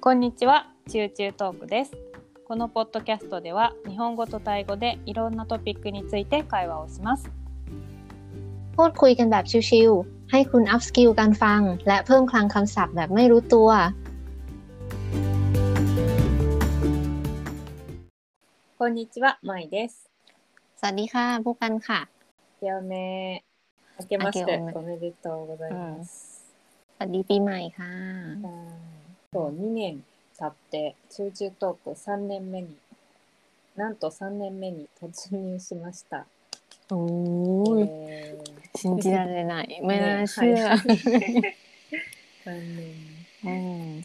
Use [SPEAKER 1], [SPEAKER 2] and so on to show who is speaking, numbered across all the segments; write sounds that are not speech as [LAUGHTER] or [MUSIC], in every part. [SPEAKER 1] こんにちは、チューチュートークです。このポッドキャストでは、日本語とタイ語でいろんなトピックについて会話をします。
[SPEAKER 2] พูดคุยกันแบบชิวๆ ให้คุณอัพสกิลการฟัง และเพิ่มคลังคำศัพท์แบบไม่รู้ตัว
[SPEAKER 1] こんにちは、まいです。
[SPEAKER 2] สวัสดีค่ะพวกกันค่ะ
[SPEAKER 1] 明けおめ。明けまし
[SPEAKER 2] 明け
[SPEAKER 1] て
[SPEAKER 2] おめ
[SPEAKER 1] おめでとうございます。
[SPEAKER 2] สวัสดีปีใหม่ค่ะ
[SPEAKER 1] はいそう、2年経って、チューチュートーク3年目に、なんと3年目に突入しました。
[SPEAKER 2] โอ้
[SPEAKER 1] えー
[SPEAKER 2] ชินจินาเลยไหนไม่น่า
[SPEAKER 1] ね
[SPEAKER 2] เชื่อ
[SPEAKER 1] はい [LAUGHS] 3年
[SPEAKER 2] อืม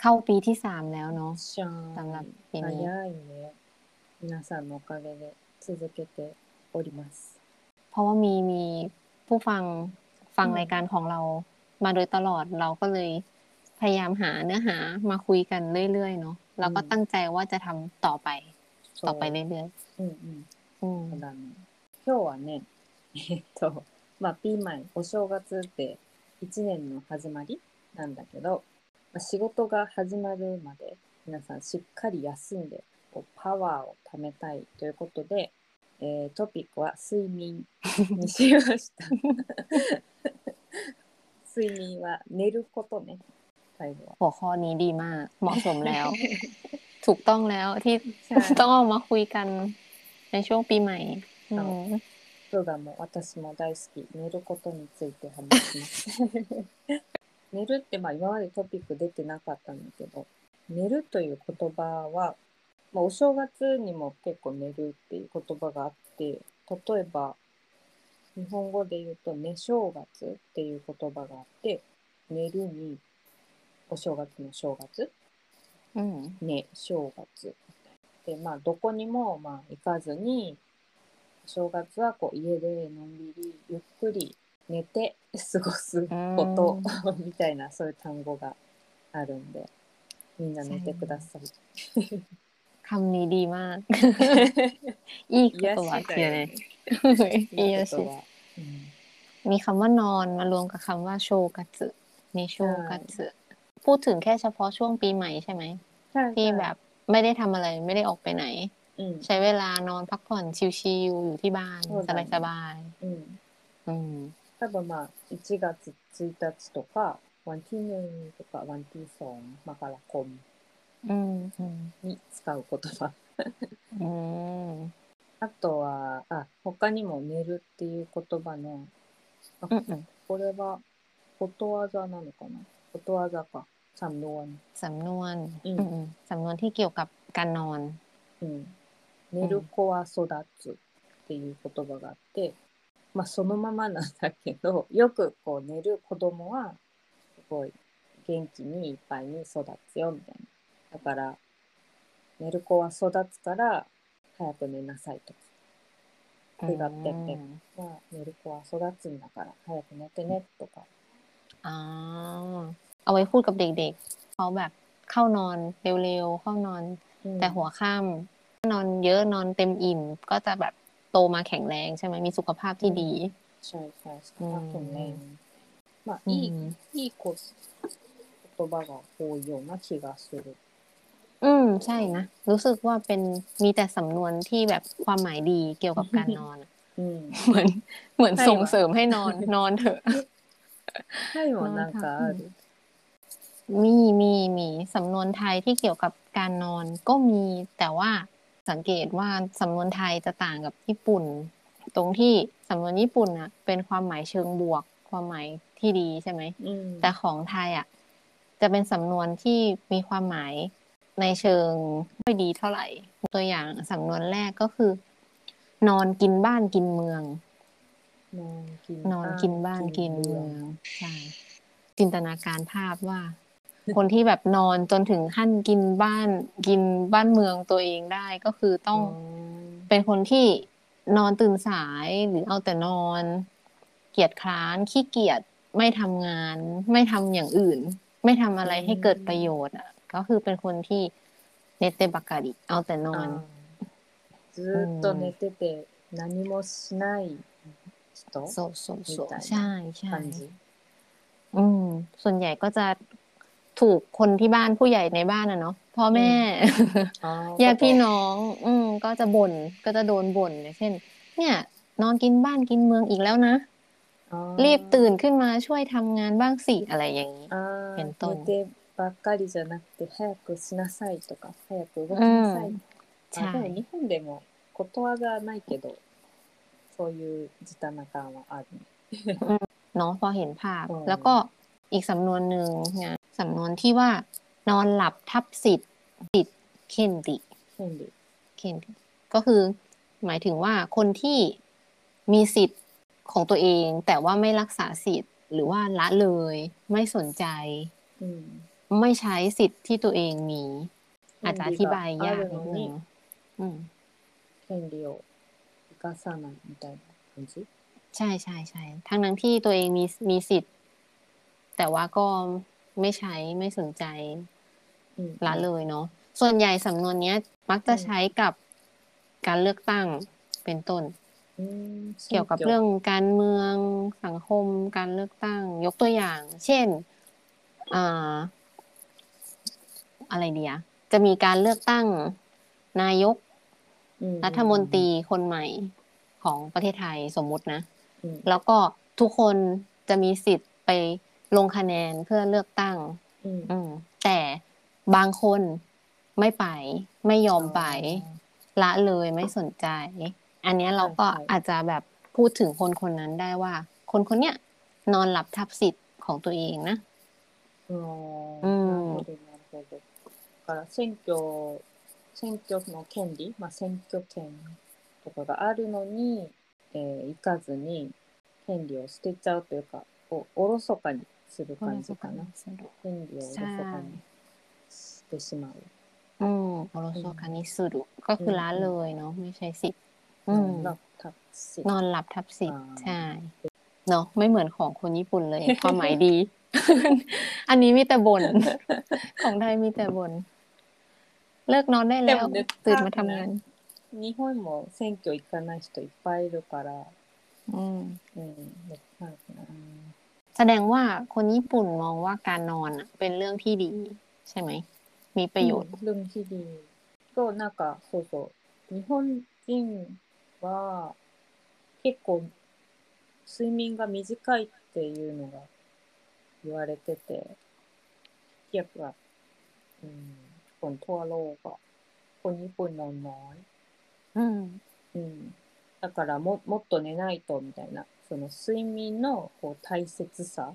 [SPEAKER 2] เข้าปีที่สามแล้วเนาะ
[SPEAKER 1] じゃーん
[SPEAKER 2] สำหรับปีนี้
[SPEAKER 1] 早いね。皆さんのおかげで続けております。
[SPEAKER 2] เพราะว่ามีมีผู้ฟังฟัง
[SPEAKER 1] อืม
[SPEAKER 2] รายการของเรา มาโดยตลอดเราก็เลยพยายามหาเนื้อหามาคุยกันเรื่อยๆเนาะแล้วก็ตั้งใจว่าจะทำต่อไป
[SPEAKER 1] そう
[SPEAKER 2] ต่อไปเรื่อย
[SPEAKER 1] うんうん。
[SPEAKER 2] ๆอืม
[SPEAKER 1] そうだね。今日はね、 [LAUGHS] えっと、まあ、ピーマン、お正月って1年の始まりなんだけど、まあ、仕事が始まるまで皆さんしっかり休んで、こうパワーを貯めたいということで、えートピックは睡眠にしました。 [LAUGHS] 睡眠は寝ることね、最後は。
[SPEAKER 2] หัวข้อนี้ดีมาก เหมาะสมแล้ว [LAUGHS] ถูกต้องแล้วที่
[SPEAKER 1] ใช่
[SPEAKER 2] ต้องเอามาคุยกันในช่วงปีใหม่อืม
[SPEAKER 1] ヨガも私も大好き、寝ることについて話します。 [LAUGHS] 寝るって、まあ今までトピック出てなかったんだけど、寝るという言葉は、まあお正月にも結構寝るっていう言葉があって、例えば、日本語で言うと寝正月っていう言葉があって、寝るに、お正月の正月
[SPEAKER 2] อืม
[SPEAKER 1] ね、正月で、まあ、どこにも、まあ、行かずに、正月はこう家でのんびり、ゆっくり寝て過ごすこと、みたいな、そういう単語があるんで、みんな寝てください。
[SPEAKER 2] คำนี้ดีมาก อีกตัวเทีย [LAUGHS] เลยเอีย
[SPEAKER 1] いいこ
[SPEAKER 2] ชิ
[SPEAKER 1] とは。うん
[SPEAKER 2] มีคำว่านอนมารวมกับคำว่าโชกัตสึนิโชกัตสึพูดถึงแค่เฉพาะช่วงปีใหม่ใช่ไหม ที่แบบไม่ได้ทำอะไรไม่ได้ออกไปไหน
[SPEAKER 1] うん、
[SPEAKER 2] ใช้เวลานอนพักผ่อนชิลๆอยู่ที่บ้าน
[SPEAKER 1] そうだね
[SPEAKER 2] สบาย
[SPEAKER 1] うん。
[SPEAKER 2] ๆอืม
[SPEAKER 1] 多分まあ1月1日とか、ワンティヌーとかワンティソン、マカラコン
[SPEAKER 2] อืมอืม
[SPEAKER 1] に使う言葉。
[SPEAKER 2] อืม
[SPEAKER 1] あとは、あ、他にも寝るっていう言葉の、あ
[SPEAKER 2] うんうん
[SPEAKER 1] これはことわざなのかなことわざか。ちゃんのわね
[SPEAKER 2] สำนวน
[SPEAKER 1] อืม
[SPEAKER 2] อืมสำนวนที่เกี่ยวกับการนอน
[SPEAKER 1] うん。寝る子は育つっていう言葉があって、まあそのままなんだけど、 [LAUGHS] よくこう寝る子供は、すごい元気にいっぱいに育つよみたいな。だから、寝る子は育つから、早く寝なさいとか。手がってってまあ寝る子は育つんだから、早く寝てねとか。
[SPEAKER 2] อ๋อเอาไว้พูดกับเด็กๆเขาแบบเข้านอนเร็วๆเข้านอน
[SPEAKER 1] うん
[SPEAKER 2] แต่หัวค่ำนอนเยอะนอนเต็มอิ่ม ก็จะแบบโตมาแข็งแรงใช่ไหมมีสุขภาพที่ดี
[SPEAKER 1] ใช่ใช่ใช่
[SPEAKER 2] อืม
[SPEAKER 1] あとねまあ
[SPEAKER 2] อื
[SPEAKER 1] いい
[SPEAKER 2] ม
[SPEAKER 1] いいこ言葉が多いような気がする。
[SPEAKER 2] อืมใช่นะรู้สึกว่าเป็นมีแต่สำนวนที่แบบความหมายดีเกี่ยวกับ [LAUGHS] การนอนอะ
[SPEAKER 1] うん。
[SPEAKER 2] เหมือนเหมือน
[SPEAKER 1] ใช่
[SPEAKER 2] ส่ง
[SPEAKER 1] ว่ะ
[SPEAKER 2] เสริมให้นอนนอนเถอะ
[SPEAKER 1] タイはなんかある。
[SPEAKER 2] มีมีมีสำนวนไทยที่เกี่ยวกับการนอนก็มีแต่ว่าสังเกตว่าสำนวนไทยจะต่างกับญี่ปุ่น ตรงที่สำนวนญี่ปุ่นน่ะ เป็นความหมายเชิงบวก ความหมายที่ดีใช่ไหม
[SPEAKER 1] うん。
[SPEAKER 2] แต่ของไทยอ่ะจะเป็นสำนวนที่มีความหมายในเชิงไม่ดีเท่าไหร่ ตัวอย่างสำนวนแรกก็คือ นอนกินบ้านกินเมือง นอนกินบ้านกินเมืองใช่จินตนาการภาพว่า คนที่แบบนอนจนถึงขั้นกินบ้านกินบ้านเมืองตัวเองได้ก็คือต้องเป็นคนที่นอนตื่นสายหรือเอาแต่นอน เกียจคร้านขี้เกียจไม่ทำงาน ไม่ทำอย่างอื่น ไม่ทำอะไรให้เกิดประโยชน์อ่ะ ก็คือเป็นคนที่เนเตบักกาดิเอาแต่นอน
[SPEAKER 1] ずーっと寝てて何もしない人
[SPEAKER 2] โซโซโซใช่ใช่
[SPEAKER 1] 感じ。
[SPEAKER 2] อืมส่วนใหญ่ก็จะ ถูกคนที่บ้านผู้ใหญ่ในบ้านอะเนาะพ่อแม่
[SPEAKER 1] อ๋อ
[SPEAKER 2] ญาติพี่น้อง อืมก็จะบน่นก็จะโดนบ่นอย่างเช่น เนี่ย นอนกินบ้านกินเมืองอีกแล้วนะ
[SPEAKER 1] อ๋อ
[SPEAKER 2] รีบตื่นขึ้นมาช่วยทำงานบ้างสิอะไรอย่างนี้
[SPEAKER 1] อ่า
[SPEAKER 2] เป็นต้น
[SPEAKER 1] 寝てばっかりじゃなくて早くしなさいとか早く動きなさい
[SPEAKER 2] うん
[SPEAKER 1] あ
[SPEAKER 2] ใช่
[SPEAKER 1] でも日本でもことわざないけどそういう時短な感はあるね
[SPEAKER 2] เนาะพอเห็นภาพ
[SPEAKER 1] อืม
[SPEAKER 2] แล้วก็อีกสำนวนหนึ่งนะสำนวนที่ว่านอนหลับทับสิทธิ์สิทธิ์เคนติ
[SPEAKER 1] 権利
[SPEAKER 2] เคนติก็คือหมายถึงว่าคนที่มีสิทธิ์ของตัวเอง แต่ว่าไม่รักษาสิทธิ์ หรือว่าละเลย ไม่สนใจ
[SPEAKER 1] うん
[SPEAKER 2] ไม่ใช้สิทธิ์ที่ตัวเองมี อาจจะอธิบายยากนิดนึงอืม
[SPEAKER 1] 権利を生かさないみたいな感じ
[SPEAKER 2] ใช่ใช่ใช่ทั้งนั้นที่ตัวเองมีมีสิทธิ์ แต่ว่าก็ไม่ใช้ไม่สนใจ
[SPEAKER 1] うん
[SPEAKER 2] ละเลยเนาะ ส่วนใหญ่สำนวนเนี้ย มักจะใช้กับการเลือกตั้งเป็นต้น
[SPEAKER 1] うん
[SPEAKER 2] เกี่ยวกับเรื่องการเมืองสังคมการเลือกตั้ง ยกตัวอย่าง เช่นอ่าอะไรเดียจะมีการเลือกตั้ง นายก
[SPEAKER 1] うん
[SPEAKER 2] รัฐมนตรีคนใหม่ของประเทศไทยสมมุตินะ
[SPEAKER 1] うん
[SPEAKER 2] แล้วก็ทุกคนจะมีสิทธิ์ไปลงคะแนนเพื่อเลือกตั้ง
[SPEAKER 1] うん
[SPEAKER 2] อืมแต่บางคนไม่ไปไม่ยอมไป ละเลยไม่สนใจ อันเนี้ยเราก็
[SPEAKER 1] ใช่ใช่
[SPEAKER 2] อาจจะแบบพูดถึงคนคนนั้นได้ว่า คนคนเนี้ยนอนหลับทับสิทธิ์ของตัวเองนะ
[SPEAKER 1] あー
[SPEAKER 2] うん
[SPEAKER 1] なるほどなるほど。だから選挙選挙の権利、まあ、選挙権とかがあるのに、えー行かずに権利を捨てちゃうというかおおろそかにする感じかな。権利をおろそかにしてしまう。
[SPEAKER 2] อืมโอโรโซคานิสุดุก็คือละเลยเนาะไม่ใช่สิทธิ์อืม
[SPEAKER 1] なんかタクシー
[SPEAKER 2] นอนหลับทับสิทธิ์
[SPEAKER 1] อ่า
[SPEAKER 2] ใช่เนาะไม่เหมือนของคนญี่ปุ่นเลย [LAUGHS] ความหมายดี อันนี้มีแต่บน ของไทยมีแต่บน เลิกนอนได้แล้ว ตื่นมาทำงาน
[SPEAKER 1] 日本も選挙行かない人いっぱいいるから、
[SPEAKER 2] อืม
[SPEAKER 1] うん、なんかな
[SPEAKER 2] แสดงว่าคนญี่ปุ่นมองว่าการนอนอะเป็นเรื่องที่ดี ใช่ไหม มีประโยชน์
[SPEAKER 1] うんルンヒリとなんかそうそう日本人は結構睡眠が短いっていうのが言われててやっぱうんคนทั่วโลกอะคนญี่ปุ่นนอนน้อย
[SPEAKER 2] อืม
[SPEAKER 1] うん、だからももっと寝ないとみたいなその睡眠のこう大切さ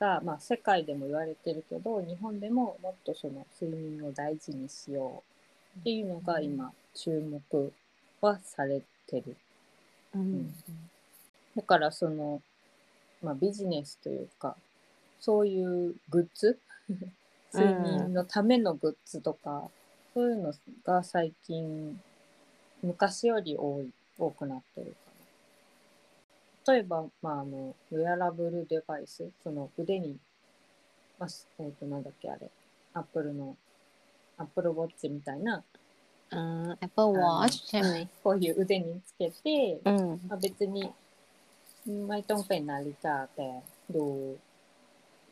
[SPEAKER 1] が、まあ、世界でも言われてるけど日本でももっとその睡眠を大事にしようっていうのが今注目はされてる
[SPEAKER 2] อืม
[SPEAKER 1] だからその、まあ、ビジネスというかそういうグッズ睡眠のためのグッズとか、そういうのが最近昔より多い多くなってるかな。例えば、まあ、あのウェアラブルデバイスその腕に、まあすえっとなんだっけあれアップルのアップルウォッチみたいな
[SPEAKER 2] อ่า Apple Watch ใช่ไหม
[SPEAKER 1] こういう腕につけて、
[SPEAKER 2] อืม
[SPEAKER 1] まあ、別にไม่ต้องเป็นนาฬิกาแต่ดู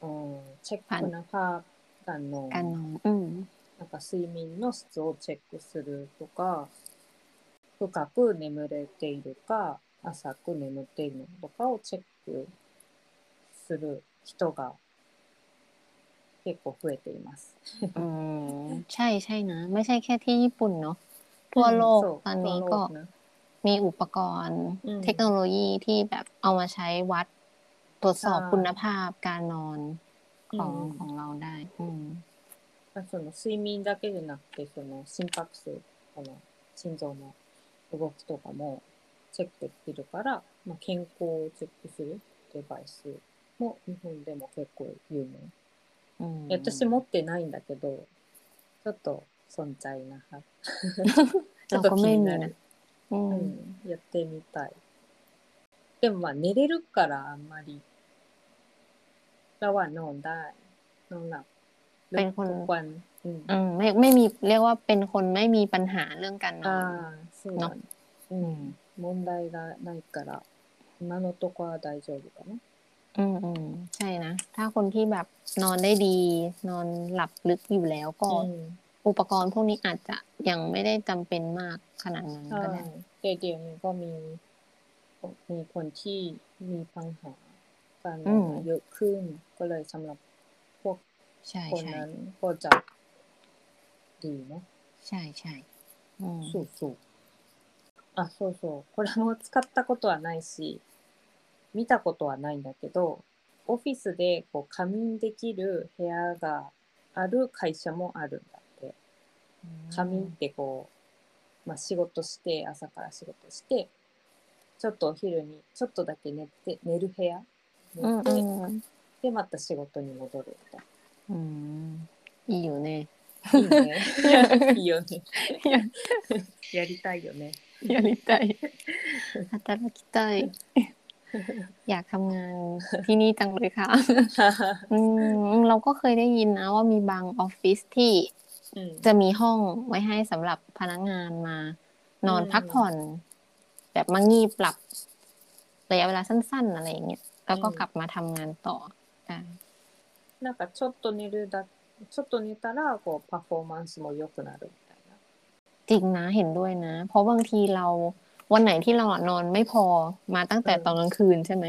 [SPEAKER 1] เอ่อเช็ค
[SPEAKER 2] ผ่าน
[SPEAKER 1] คุณภาพการนอน
[SPEAKER 2] การนอน อืม
[SPEAKER 1] なんか睡眠の質をチェックするとか深く眠れているか浅く眠っているのとかをチェックする人が結構増えています。
[SPEAKER 2] อืม ใช่ใช่นะ ไม่ใช่แค่ที่ญี่ปุ่นเนาะ ทั่วโลก
[SPEAKER 1] そう
[SPEAKER 2] ตอนนี้
[SPEAKER 1] ทั่ว
[SPEAKER 2] ก็
[SPEAKER 1] โลกนะ
[SPEAKER 2] มีอุปกรณ์
[SPEAKER 1] อืม
[SPEAKER 2] เทคโนโลยีที่แบบเอามาใช้วัด ตรวจสอบ
[SPEAKER 1] ใช่
[SPEAKER 2] คุณภาพการนอนของ
[SPEAKER 1] うん
[SPEAKER 2] ของเราได้ อืม
[SPEAKER 1] まあその睡眠だけじゃなくてその心拍数この心臓の動きとかもチェックできるから、まあ、健康をチェックするデバイスも日本でも結構有名。
[SPEAKER 2] อืม
[SPEAKER 1] 私持ってないんだけど、ちょっと存在なは [LAUGHS] ちょ
[SPEAKER 2] เรา
[SPEAKER 1] っと
[SPEAKER 2] ก็
[SPEAKER 1] 気
[SPEAKER 2] ไม่
[SPEAKER 1] に
[SPEAKER 2] มี
[SPEAKER 1] な
[SPEAKER 2] นะ
[SPEAKER 1] る。
[SPEAKER 2] อื
[SPEAKER 1] う
[SPEAKER 2] ม
[SPEAKER 1] ん、やってみたい。でもまあ寝れるからあんまり。เราว่านอนได้นอนหลับลึก
[SPEAKER 2] เป็นคน
[SPEAKER 1] ทุกวันอืม
[SPEAKER 2] อืมไม่ไม่มีเรียกว่าเป็นคนไม่มีปัญหาเรื่องการนอ
[SPEAKER 1] อ่าน そうだね
[SPEAKER 2] เนาะ
[SPEAKER 1] うん問題がないから今のとこは大丈夫かな
[SPEAKER 2] อ อืมอืมใช่นะ ถ้าคนที่แบบนอนได้ดี นอนหลับลึกอยู่แล้วก็
[SPEAKER 1] อืม
[SPEAKER 2] อุปกรณ์พวกนี้อาจจะยังไม่ได้จำเป็นมากขนาดนั้น
[SPEAKER 1] ใช่
[SPEAKER 2] ก็ได้
[SPEAKER 1] เดี๋ยวเดี๋ยวนี้ก็มีมีคนที่มีปัญหาการนอนเยอะขึ้น ก็เลยสำหรับพวก
[SPEAKER 2] ใช่
[SPEAKER 1] คน
[SPEAKER 2] ใช่
[SPEAKER 1] นั้นก็จะดีเนาะ
[SPEAKER 2] ใช่ใช่อืม
[SPEAKER 1] そうそう。あ、そうそう。これも使ったことはないし、見たことはないんだけど、オフィスでこう仮眠できる部屋がある会社もあるんだって。仮眠ってこう、まあ、仕事して、朝から仕事して、ちょっとお昼にちょっとだけ寝て、寝る部屋寝
[SPEAKER 2] อืม
[SPEAKER 1] て、
[SPEAKER 2] อืม
[SPEAKER 1] で、また仕事に戻る [LAUGHS] み
[SPEAKER 2] อืมいいよね
[SPEAKER 1] たいな。いいね。 [LAUGHS] いいよね。
[SPEAKER 2] いや
[SPEAKER 1] [LAUGHS] やりたいよ [LAUGHS] ね。
[SPEAKER 2] やりたい働きたい อยากทำงานที่นี่จังเลยค่ะ [LAUGHS] อืมเราก็เคยได้ยินนะว่ามีบางออฟฟิศที่
[SPEAKER 1] うん。
[SPEAKER 2] จะมีห้องไว้ให้สำหรับพนักงานมา นอน
[SPEAKER 1] อืม
[SPEAKER 2] พักผ่อน แบบมางีบหลับระยะเวลาสั้นๆ อะไรอย่างเงี้ยแล้วก็
[SPEAKER 1] อืม
[SPEAKER 2] กลับมาทำงานต่อได้
[SPEAKER 1] なんかちょっと寝るだちょっと寝たらこうパフォーマンスも良くなるみたいな。
[SPEAKER 2] จริงนะเห็นด้วยนะ เพราะบางทีเราวันไหนที่เราอะนอนไม่พอมาตั้งแต่
[SPEAKER 1] อืม
[SPEAKER 2] ตอนกลางคืนใช่ไหม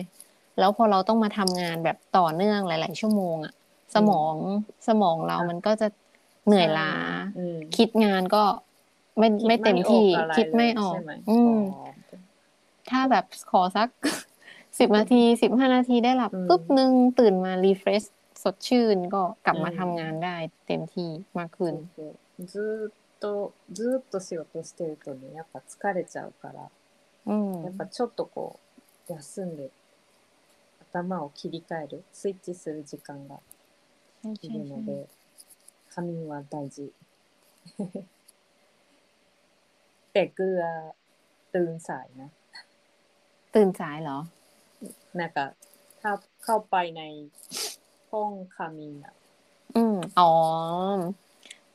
[SPEAKER 2] แล้วพอเราต้องมาทำงานแบบต่อเนื่องหลาย ๆ ชั่วโมงอะสมองสมองเรา
[SPEAKER 1] ค่ะ
[SPEAKER 2] มันก็จะเหนื่อยล้า
[SPEAKER 1] うん、
[SPEAKER 2] คิดงานก็ไม่ไม่เต็มที่คิดไม่ออก
[SPEAKER 1] ใช่ไหม
[SPEAKER 2] อืม
[SPEAKER 1] อ๋อ
[SPEAKER 2] ถ้าแบบขอสัก [LAUGHS] สิบนาทีสิบห้านาทีได้หลับ
[SPEAKER 1] อืม
[SPEAKER 2] ปุ๊บนึงตื่นมารีเฟรชสดชื่นก็กลับมา
[SPEAKER 1] อืม
[SPEAKER 2] ทำงานได้เต็มที่มากขึ้น
[SPEAKER 1] そうそうずーっとずーっと仕事してるとねやっぱ疲れちゃうから
[SPEAKER 2] อืม
[SPEAKER 1] やっぱちょっとこう休んで頭を切り替えるスイッチする時間が
[SPEAKER 2] ใช่
[SPEAKER 1] い
[SPEAKER 2] ใช่
[SPEAKER 1] るの
[SPEAKER 2] ใช่
[SPEAKER 1] で仮眠は大事。 [LAUGHS] แต่เกลือตื่นสายนะ
[SPEAKER 2] ตื่นสายเหรอ
[SPEAKER 1] なんか、たเข้าไปในห้องคามินอะ
[SPEAKER 2] อืมอ๋อ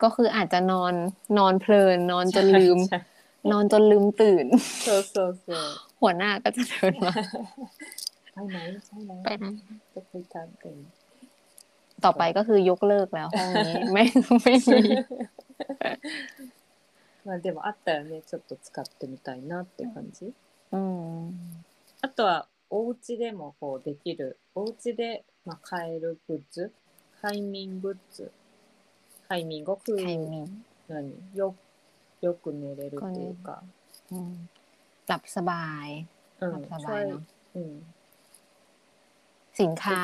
[SPEAKER 2] ก็คืออาจจะนอนนอนเพลิน นอนจนลืม
[SPEAKER 1] ใช่
[SPEAKER 2] นอนจนลืมตื่น [LAUGHS]
[SPEAKER 1] ใช่ [LAUGHS] そうそうそう
[SPEAKER 2] หัวหน้าก็จะเดินมา
[SPEAKER 1] ไปไหน [LAUGHS] ใช่ไหม
[SPEAKER 2] ไปนะ
[SPEAKER 1] จะคุยกันเอง
[SPEAKER 2] ต่อไปก็คือยกเลิกแล้วห้องนี้ [LAUGHS] ไม่ไม่มี
[SPEAKER 1] まあでもあったらねちょっと使ってみたいなって感じ
[SPEAKER 2] อืม
[SPEAKER 1] あとはお家でもこうできるお家でまあ買えるグッズ快眠グッズ快眠ก็คือ
[SPEAKER 2] ใครมี
[SPEAKER 1] 何よよく寝れるっていうか
[SPEAKER 2] อืมหลับสบาย
[SPEAKER 1] う
[SPEAKER 2] หลับ
[SPEAKER 1] ん
[SPEAKER 2] สบา
[SPEAKER 1] ช่
[SPEAKER 2] ย
[SPEAKER 1] วย
[SPEAKER 2] เนาะ
[SPEAKER 1] うん
[SPEAKER 2] สินค้า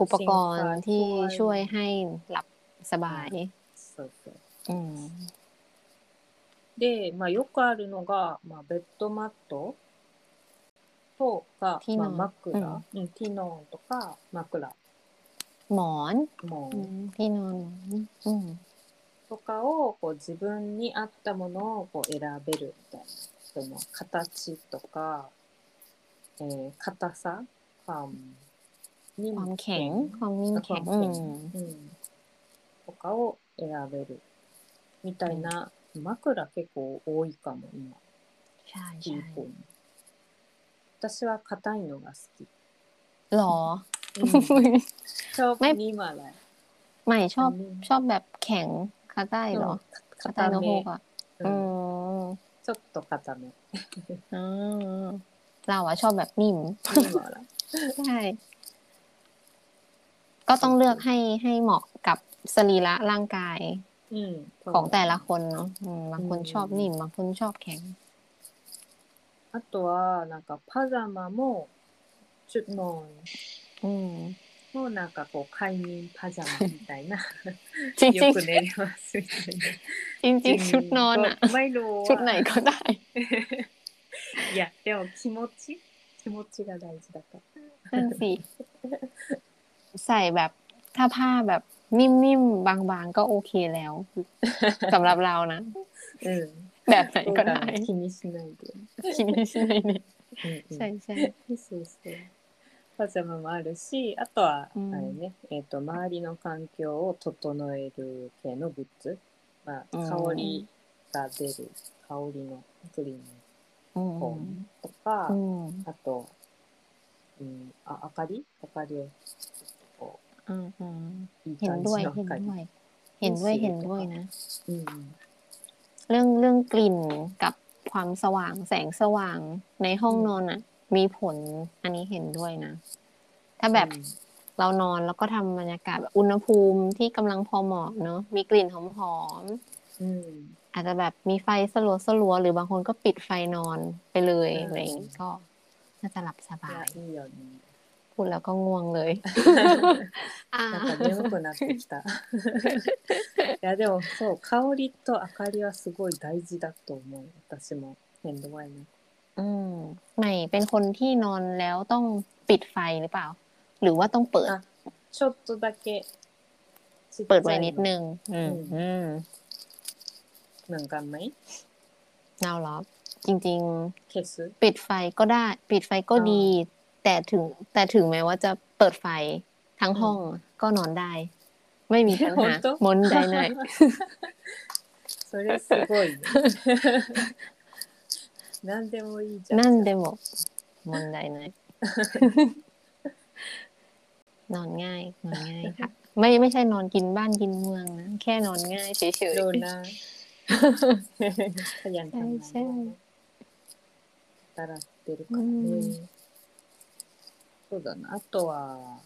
[SPEAKER 2] อุปกร
[SPEAKER 1] สิน
[SPEAKER 2] ณ์
[SPEAKER 1] ค้า
[SPEAKER 2] ที่
[SPEAKER 1] ช่
[SPEAKER 2] ช่ว
[SPEAKER 1] วย ย
[SPEAKER 2] ให้หลับสบาย
[SPEAKER 1] そうそう
[SPEAKER 2] อืม
[SPEAKER 1] で、まあ、よくあるのが、まあ、ベッドマットとか、
[SPEAKER 2] ティ
[SPEAKER 1] ま
[SPEAKER 2] ノ
[SPEAKER 1] あ、
[SPEAKER 2] ン
[SPEAKER 1] 枕、うん、ティノンとか枕
[SPEAKER 2] หมอน
[SPEAKER 1] も
[SPEAKER 2] อืมที่นอนหมอนอืม
[SPEAKER 1] とかをこう自分に合ったものをこう選べるみたいなその形とか、えー硬さ感に
[SPEAKER 2] ความ
[SPEAKER 1] も
[SPEAKER 2] แข็งความนิ่งแข็งอืม
[SPEAKER 1] うん、とかを選べるみたいな、枕結構多いかも今。
[SPEAKER 2] ใช่
[SPEAKER 1] い
[SPEAKER 2] ใช่
[SPEAKER 1] い本私は硬いのが好き。
[SPEAKER 2] หรอ
[SPEAKER 1] うん、ชอบ
[SPEAKER 2] ไม่
[SPEAKER 1] นี่มาแล้ว
[SPEAKER 2] ใหม่ชอบ
[SPEAKER 1] นนี้
[SPEAKER 2] ชอบแบบแข็งคาใต้เหรอคาใต้
[SPEAKER 1] 硬
[SPEAKER 2] โนโฮก
[SPEAKER 1] め
[SPEAKER 2] อ่ะ
[SPEAKER 1] う
[SPEAKER 2] อื
[SPEAKER 1] ん
[SPEAKER 2] ม
[SPEAKER 1] ちょっと硬め
[SPEAKER 2] อ่าเราอะชอบแบบนิ่ม
[SPEAKER 1] นี่มาแล้ว
[SPEAKER 2] ใช่ ก็ต้องเลือกให้ให้เหมาะกับสรีระร่างกาย
[SPEAKER 1] อืม [LAUGHS] そう
[SPEAKER 2] ของแต่ละคนเนาะอืมบางคนชอบนิ่มบางคนชอบแข็ง
[SPEAKER 1] あとはなんかパジャマもちょっと
[SPEAKER 2] อืม
[SPEAKER 1] もうなんかこう快眠パジャマみたい [LAUGHS] な
[SPEAKER 2] จริงจริ
[SPEAKER 1] よ
[SPEAKER 2] ง
[SPEAKER 1] く寝れますみたいな
[SPEAKER 2] จริงจริงๆชุดนอนอะ
[SPEAKER 1] ก็ไม่รู้ว่า
[SPEAKER 2] ชุดไหนก็ได้
[SPEAKER 1] いやでも気持ち気持ちが大事だから
[SPEAKER 2] นั่นสิ ใส่แบบถ้าผ้าแบบนิ่มๆ บางๆ ก็โอเคแล้วสำหรับเรานะ
[SPEAKER 1] うん
[SPEAKER 2] แบบไหน
[SPEAKER 1] そう
[SPEAKER 2] ก็
[SPEAKER 1] だ
[SPEAKER 2] ได้
[SPEAKER 1] ね気にしないで
[SPEAKER 2] คิดใช่ไหมเนี่ย
[SPEAKER 1] うんうん
[SPEAKER 2] ใช่ใช่
[SPEAKER 1] そうそう。パジャマもあるし、あとは、
[SPEAKER 2] うん
[SPEAKER 1] あれね、えっ、と、周りの環境を整える系のグッズ。まあ、
[SPEAKER 2] うん
[SPEAKER 1] 香りが出る、香りのクリーム
[SPEAKER 2] อื
[SPEAKER 1] コー
[SPEAKER 2] ม
[SPEAKER 1] ンとか、
[SPEAKER 2] อืม
[SPEAKER 1] あと、えーあ明かり明かりをこ
[SPEAKER 2] อืมอืม
[SPEAKER 1] ういい
[SPEAKER 2] เห็น
[SPEAKER 1] 感じ
[SPEAKER 2] ด้วย
[SPEAKER 1] の
[SPEAKER 2] เห็น
[SPEAKER 1] 明かり
[SPEAKER 2] ด้วย เห็นด้วยเห็นด้วยนะ
[SPEAKER 1] うんうん
[SPEAKER 2] เรื่องเรื่องกลิ่นกับความสว่างแสงสว่างในห้องนอนอ่ะ มีผลอันนี้เห็นด้วยนะ ถ้าแบบ
[SPEAKER 1] うん
[SPEAKER 2] เรานอนแล้วก็ทำบรรยากาศแบบอุณหภูมิที่กำลังพอเหมาะเนอะมีกลิ่นหอมหอม
[SPEAKER 1] うん
[SPEAKER 2] ๆอาจจะแบบมีไฟสลัวสลัวๆหรือบางคนก็ปิดไฟนอนไปเลยอะไรอย่างนี้ก็น่าจะหลับส
[SPEAKER 1] い
[SPEAKER 2] บา
[SPEAKER 1] や
[SPEAKER 2] ย
[SPEAKER 1] いい
[SPEAKER 2] [LAUGHS]
[SPEAKER 1] よね
[SPEAKER 2] พูดแล้วก็ง่วงเลย อ่า
[SPEAKER 1] なんか
[SPEAKER 2] [LAUGHS]
[SPEAKER 1] 眠くなってき [LAUGHS] たいやでもそう香りと明かりはすごい大事だと思う私もヘンドワイン
[SPEAKER 2] อืมใหม่เป็นคนที่นอนแล้วต้องปิดไฟหรือเปล่า หรือว่าต้องเปิด
[SPEAKER 1] あちょっとだけちっちゃ
[SPEAKER 2] เปิ
[SPEAKER 1] い
[SPEAKER 2] ดไว้นิดนึง อืมอืม
[SPEAKER 1] なんかない
[SPEAKER 2] เราเหรอ จริง
[SPEAKER 1] 消す
[SPEAKER 2] ๆ ปิดไฟก็ได้ ปิดไฟก็ดี แต่ถึง แต่ถึงแม้ว่าจะเปิดไฟทั้งห้องก็นอนได้ ไม่มีปัญหา
[SPEAKER 1] 本当
[SPEAKER 2] มนได้ไหน
[SPEAKER 1] [LAUGHS] それすご [LAUGHS] いね何でもいいじ
[SPEAKER 2] [LAUGHS]
[SPEAKER 1] ゃん
[SPEAKER 2] นั่นเดโมมนได้ไหน นอนง่าย นอนง่าย [LAUGHS] ค่ะ ไม่ไม่ใช่นอนกินบ้านกินเมืองนะ แค่นอนง่ายเฉยๆ
[SPEAKER 1] โดนนะ ขยันทำงาน
[SPEAKER 2] ใช่
[SPEAKER 1] ด้วยนะ働いてるから
[SPEAKER 2] う
[SPEAKER 1] ね
[SPEAKER 2] ん
[SPEAKER 1] そうだなあとは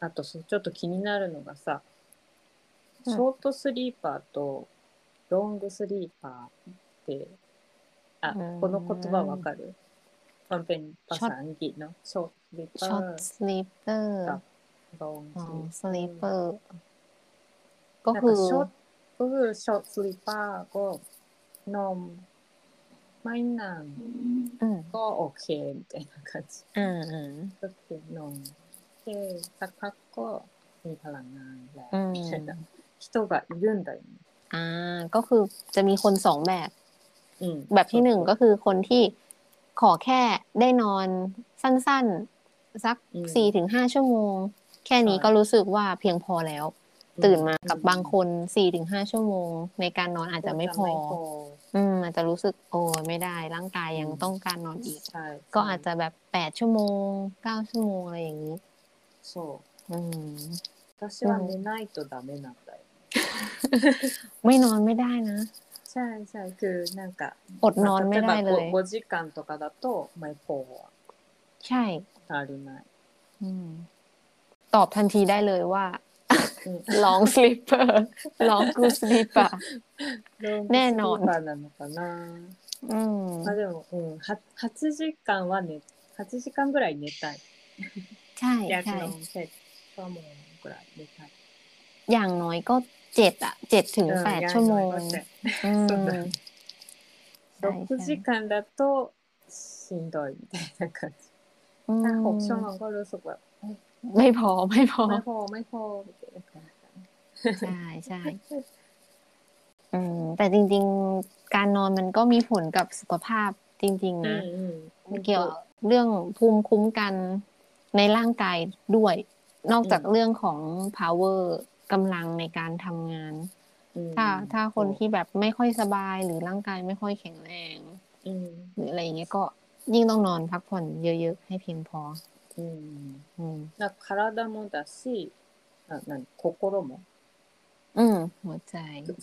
[SPEAKER 1] あとそうちょっと気になるのがさショートスリーパーとロングスリーパーってあ
[SPEAKER 2] うん
[SPEAKER 1] この言葉わかるパンペンパサンギのショートスリーパ
[SPEAKER 2] ช็อต
[SPEAKER 1] ー
[SPEAKER 2] สลีปเปอร์
[SPEAKER 1] ロング
[SPEAKER 2] อ๋อส
[SPEAKER 1] スリ
[SPEAKER 2] ลี
[SPEAKER 1] ー
[SPEAKER 2] ปเป
[SPEAKER 1] パー
[SPEAKER 2] อร์ก็
[SPEAKER 1] なん
[SPEAKER 2] คื
[SPEAKER 1] か
[SPEAKER 2] อ
[SPEAKER 1] ショก็คือช็อตสลิปเปอร์ก็นมไม่นาน
[SPEAKER 2] อืม
[SPEAKER 1] ก็โอเคみたいな感じ
[SPEAKER 2] อ่าอ่า
[SPEAKER 1] ก็คือนมโอเคสักพักก็มีพลังงานแล้ว
[SPEAKER 2] อืม
[SPEAKER 1] みたいな人がいるんだよね
[SPEAKER 2] อ่า ก็คือจะมีคนสองแบบ
[SPEAKER 1] อืม
[SPEAKER 2] แบบที่หนึ่งก็คือคนที่ขอแค่ได้นอนสั้นๆ สัก
[SPEAKER 1] อืม
[SPEAKER 2] สี่ถึงห้าชั่วโมง แค่นี้
[SPEAKER 1] ใช่
[SPEAKER 2] ก็รู้สึกว่าเพียงพอแล้ว
[SPEAKER 1] อื
[SPEAKER 2] ตื่นมากับบางคนสี่ถึงห้าชั่วโมง ในการนอนอาจจะไม่พอ อืมอาจจะรู้สึกโอ้ยไม่ได้ ร่างกายยังต้องการนอนอีก
[SPEAKER 1] ใช่
[SPEAKER 2] ก็อาจจะแบบแปดชั่วโมงเก้าชั่วโมงอะไรอย่างนี้
[SPEAKER 1] そう
[SPEAKER 2] อืม
[SPEAKER 1] 私は寝ないとダメなんだよ
[SPEAKER 2] ไม่นอนไม่ได้นะ
[SPEAKER 1] ใช่ใช่คือなんか
[SPEAKER 2] อดนอนไม่ได้เลย
[SPEAKER 1] 5時間とかだとไม่พอ
[SPEAKER 2] ใช่
[SPEAKER 1] 足りない
[SPEAKER 2] อืม ตอบทันทีได้เลยว่า
[SPEAKER 1] うん
[SPEAKER 2] ลองสลิปเปอร์ลองกูสลิปเปอร์ แน่นอน
[SPEAKER 1] ロングスリーパーなのかな。
[SPEAKER 2] อืม
[SPEAKER 1] まあでも、うん、は8時間は寝、8時間ぐらい寝たい。
[SPEAKER 2] ใช่
[SPEAKER 1] 約
[SPEAKER 2] ใช่
[SPEAKER 1] のセットはもうぐらい寝たい。
[SPEAKER 2] อย่างน้อยก็เจ็ดอะเจ็ดถึง
[SPEAKER 1] うん
[SPEAKER 2] แปด
[SPEAKER 1] やる
[SPEAKER 2] ชั่วโมง
[SPEAKER 1] のよって
[SPEAKER 2] อืม
[SPEAKER 1] そうだね
[SPEAKER 2] ใช่
[SPEAKER 1] 6時間だとしんどいみたいな感じ。
[SPEAKER 2] อืม
[SPEAKER 1] なんかオプションはゴルフは、え、
[SPEAKER 2] ไม่พอไม่พอ
[SPEAKER 1] マイホー、マイホーみたいな感
[SPEAKER 2] ใช่ใช่อืม แต่จริง ๆ การนอนมันก็มีผลกับสุขภาพจริง ๆ นะ
[SPEAKER 1] じ。うんうん。
[SPEAKER 2] มันเกี่ยวเรื่องภูมิคุ้มกันในร่างกายด้วย นอกจากเรื่องของ power กำลังในการทำงาน
[SPEAKER 1] うん
[SPEAKER 2] ถ้าถ้าคนที่แบบไม่ค่อยสบายหรือร่างกายไม่ค่อยแข็งแรง
[SPEAKER 1] うん
[SPEAKER 2] หรืออะไรอย่างเงี้ยก็ยิ่งต้องนอนพักผ่อนเยอะๆ ให้เพียงพอ
[SPEAKER 1] うん。
[SPEAKER 2] อืม
[SPEAKER 1] なんか体もだし、な何心も。
[SPEAKER 2] อืม หัวใจ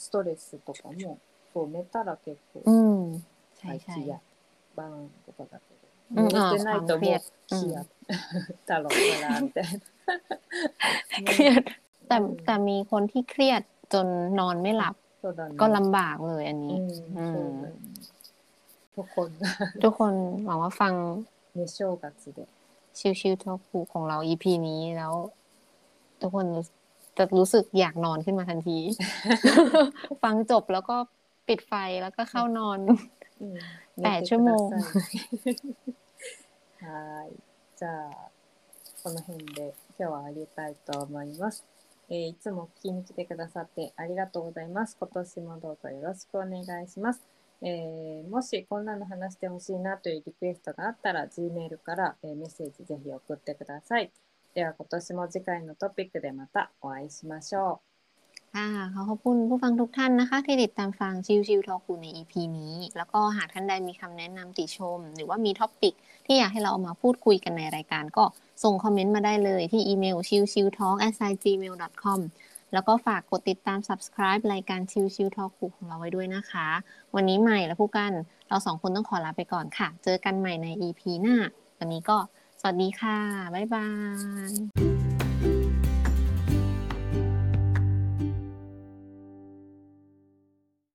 [SPEAKER 1] ストレスとかも、そう寝たら結
[SPEAKER 2] อื
[SPEAKER 1] 構、
[SPEAKER 2] ม ใช่
[SPEAKER 1] 最
[SPEAKER 2] ใช่
[SPEAKER 1] 近や、バーンとかだけ
[SPEAKER 2] う
[SPEAKER 1] ど、
[SPEAKER 2] ん
[SPEAKER 1] 寝てないともう
[SPEAKER 2] あ、ー
[SPEAKER 1] 気
[SPEAKER 2] う
[SPEAKER 1] や
[SPEAKER 2] ん
[SPEAKER 1] だろ [LAUGHS] うな、みたいな。
[SPEAKER 2] เครีย
[SPEAKER 1] ね
[SPEAKER 2] ดแต่แต่มีคนที่เครียดจนนอนไม่หลับ
[SPEAKER 1] そうだね。
[SPEAKER 2] ก็ลำบากเลยอัน
[SPEAKER 1] う
[SPEAKER 2] นี้
[SPEAKER 1] ん、 [LAUGHS] そうだね。と [LAUGHS] こんな、
[SPEAKER 2] ทุกคนหวังว่าฟัง
[SPEAKER 1] ね、正月で。
[SPEAKER 2] ชิวๆทอคูของเรา EP นี้แล้ว ทุกคนจะรู้สึกอยากนอนขึ้นมาทันที [LAUGHS] ฟังจบแล้วก็ปิดไฟแล้วก็เข้านอน
[SPEAKER 1] うん
[SPEAKER 2] 8ชั่วโม
[SPEAKER 1] [LAUGHS]
[SPEAKER 2] ง
[SPEAKER 1] 寝てくださいはーい。じゃあ、この辺で今日は終わりたいと思います。えーいつも聞きに来てくださってありがとうございます。今年もどうぞよろしくお願いします。えーもしこんなの話してほしいなというリクエストがあったら、Gmail から、えーメッセージぜひ送ってください。では今年も次回のトピックでまたお会いしましょう。
[SPEAKER 2] ค่ะขอขอบคุณผู้ฟังทุกท่านนะคะ ที่ติดตามฟังชิวชิวทอคูใน EP นี้ แล้วก็หากท่านใดมีคำแนะนำติชม หรือว่ามีท็อปิกที่อยากให้เราเอามาพูดคุยกันในรายการ ก็ส่งคอมเมนต์มาได้เลยที่อีเมลชิวชิวทอ gmail com แล้วก็ฝากกดติดตาม subscribe รายการชิวชิวทอคูของเราไว้ด้วยนะคะ วันนี้ใหม่และผู้กันเราสองคนต้องขอลาไปก่อนค่ะ เจอกันใหม่ใน EP หน้า วันนี้ก็สวัสดีค่ะบ๊ายบาย